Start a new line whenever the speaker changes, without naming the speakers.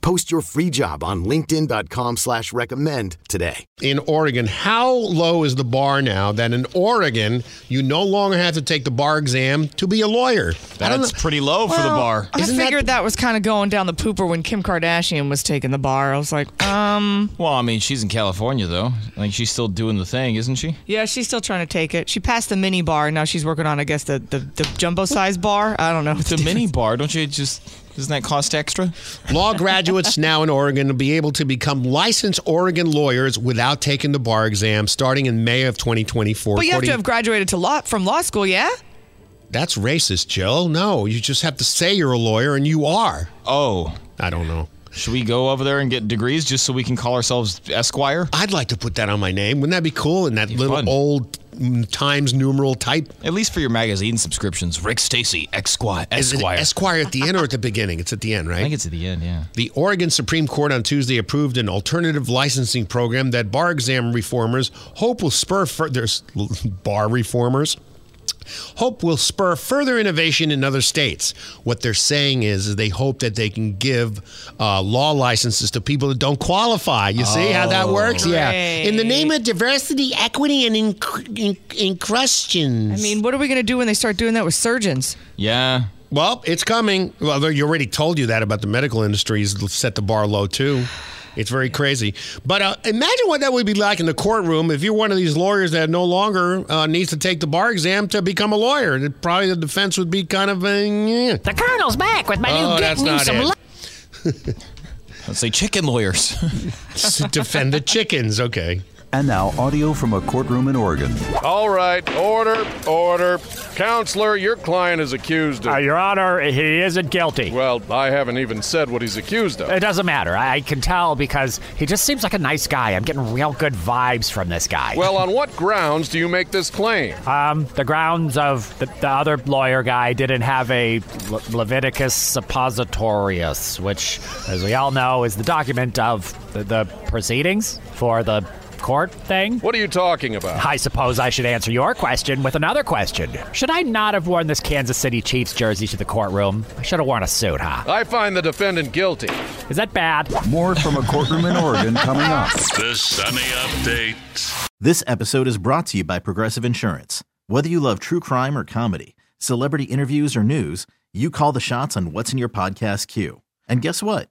Post your free job on LinkedIn.com slash recommend today.
in Oregon. How low is the bar now that in Oregon you no longer have to take the bar exam to be a lawyer? I don't
That's
know-
pretty low for the
Well,
bar.
I
Isn't that-
figured that, was kind of going down the pooper when Kim Kardashian was taking the bar. I was like, um,
Well, I mean, she's in California though. Like she's still doing the thing, isn't she?
yeah, she's still trying to take it. She passed the mini bar. Now she's working on, I guess, the, the, the jumbo size bar. I don't know.
The mini bar, don't you just doesn't that cost extra?
Law graduates now in Oregon will be able to become licensed Oregon lawyers without taking the bar exam starting in May of 2024.
But you have
according-
to have graduated to law from law school, yeah?
That's racist, Jill. No, you just have to say you're a lawyer and you are.
Oh,
I don't know.
should we go over there and get degrees just so we can call ourselves Esquire?
I'd like to put that on my name. Wouldn't that be cool? In that little
fun.
old mm, Times numeral type.
At least for your magazine subscriptions. Rick Stacy, Esquire.
Is it
Esquire.
Esquire at the end or at the beginning? It's at the end, right?
I think it's at the end, yeah.
The Oregon Supreme Court on Tuesday approved an alternative licensing program that bar exam reformers hope will spur further bar reformers hope will spur further innovation in other states. What they're saying is, is they hope that they can give uh, law licenses to people that don't qualify. You see how that works? Yeah. In the name of diversity, equity, and in, in, in questions.
I mean, what are we going to do when they start doing that with surgeons?
Yeah.
Well, it's coming. Well, they already told you that about the medical industries set the bar low too. It's very crazy. But uh, imagine what that would be like in the courtroom if you're one of these lawyers that no longer uh, needs to take the bar exam to become a lawyer. It- Probably the defense would be kind of uh, yeah.
The colonel's back with my
Oh,
new
that's
getting you
not
some
it.
lo-
Let's say chicken lawyers.
to defend the chickens. Okay.
And now, audio from a courtroom in Oregon.
All right, order, order. Counselor, your client is accused of.
Uh, Your Honor, he isn't guilty.
well, I haven't even said what he's accused
It
of.
doesn't matter. I I can tell because he just seems like a nice guy. I'm getting real good vibes from this guy.
Well, on what grounds do you make this claim?
um, the grounds of the, the other lawyer guy didn't have a Le- Leviticus suppositorius, which, as we all know, is the document of the, the proceedings for the court thing.
What are you talking about?
I suppose I should answer your question with another question. Should I not have worn this Kansas City Chiefs jersey to the courtroom? I should have worn a suit, huh?
I find the defendant guilty.
Is that bad?
More from a courtroom in Oregon coming up.
The Sunny Update.
This episode is brought to you by Progressive Insurance. Whether you love true crime or comedy, celebrity interviews or news, you call the shots on what's in your podcast queue. And guess what?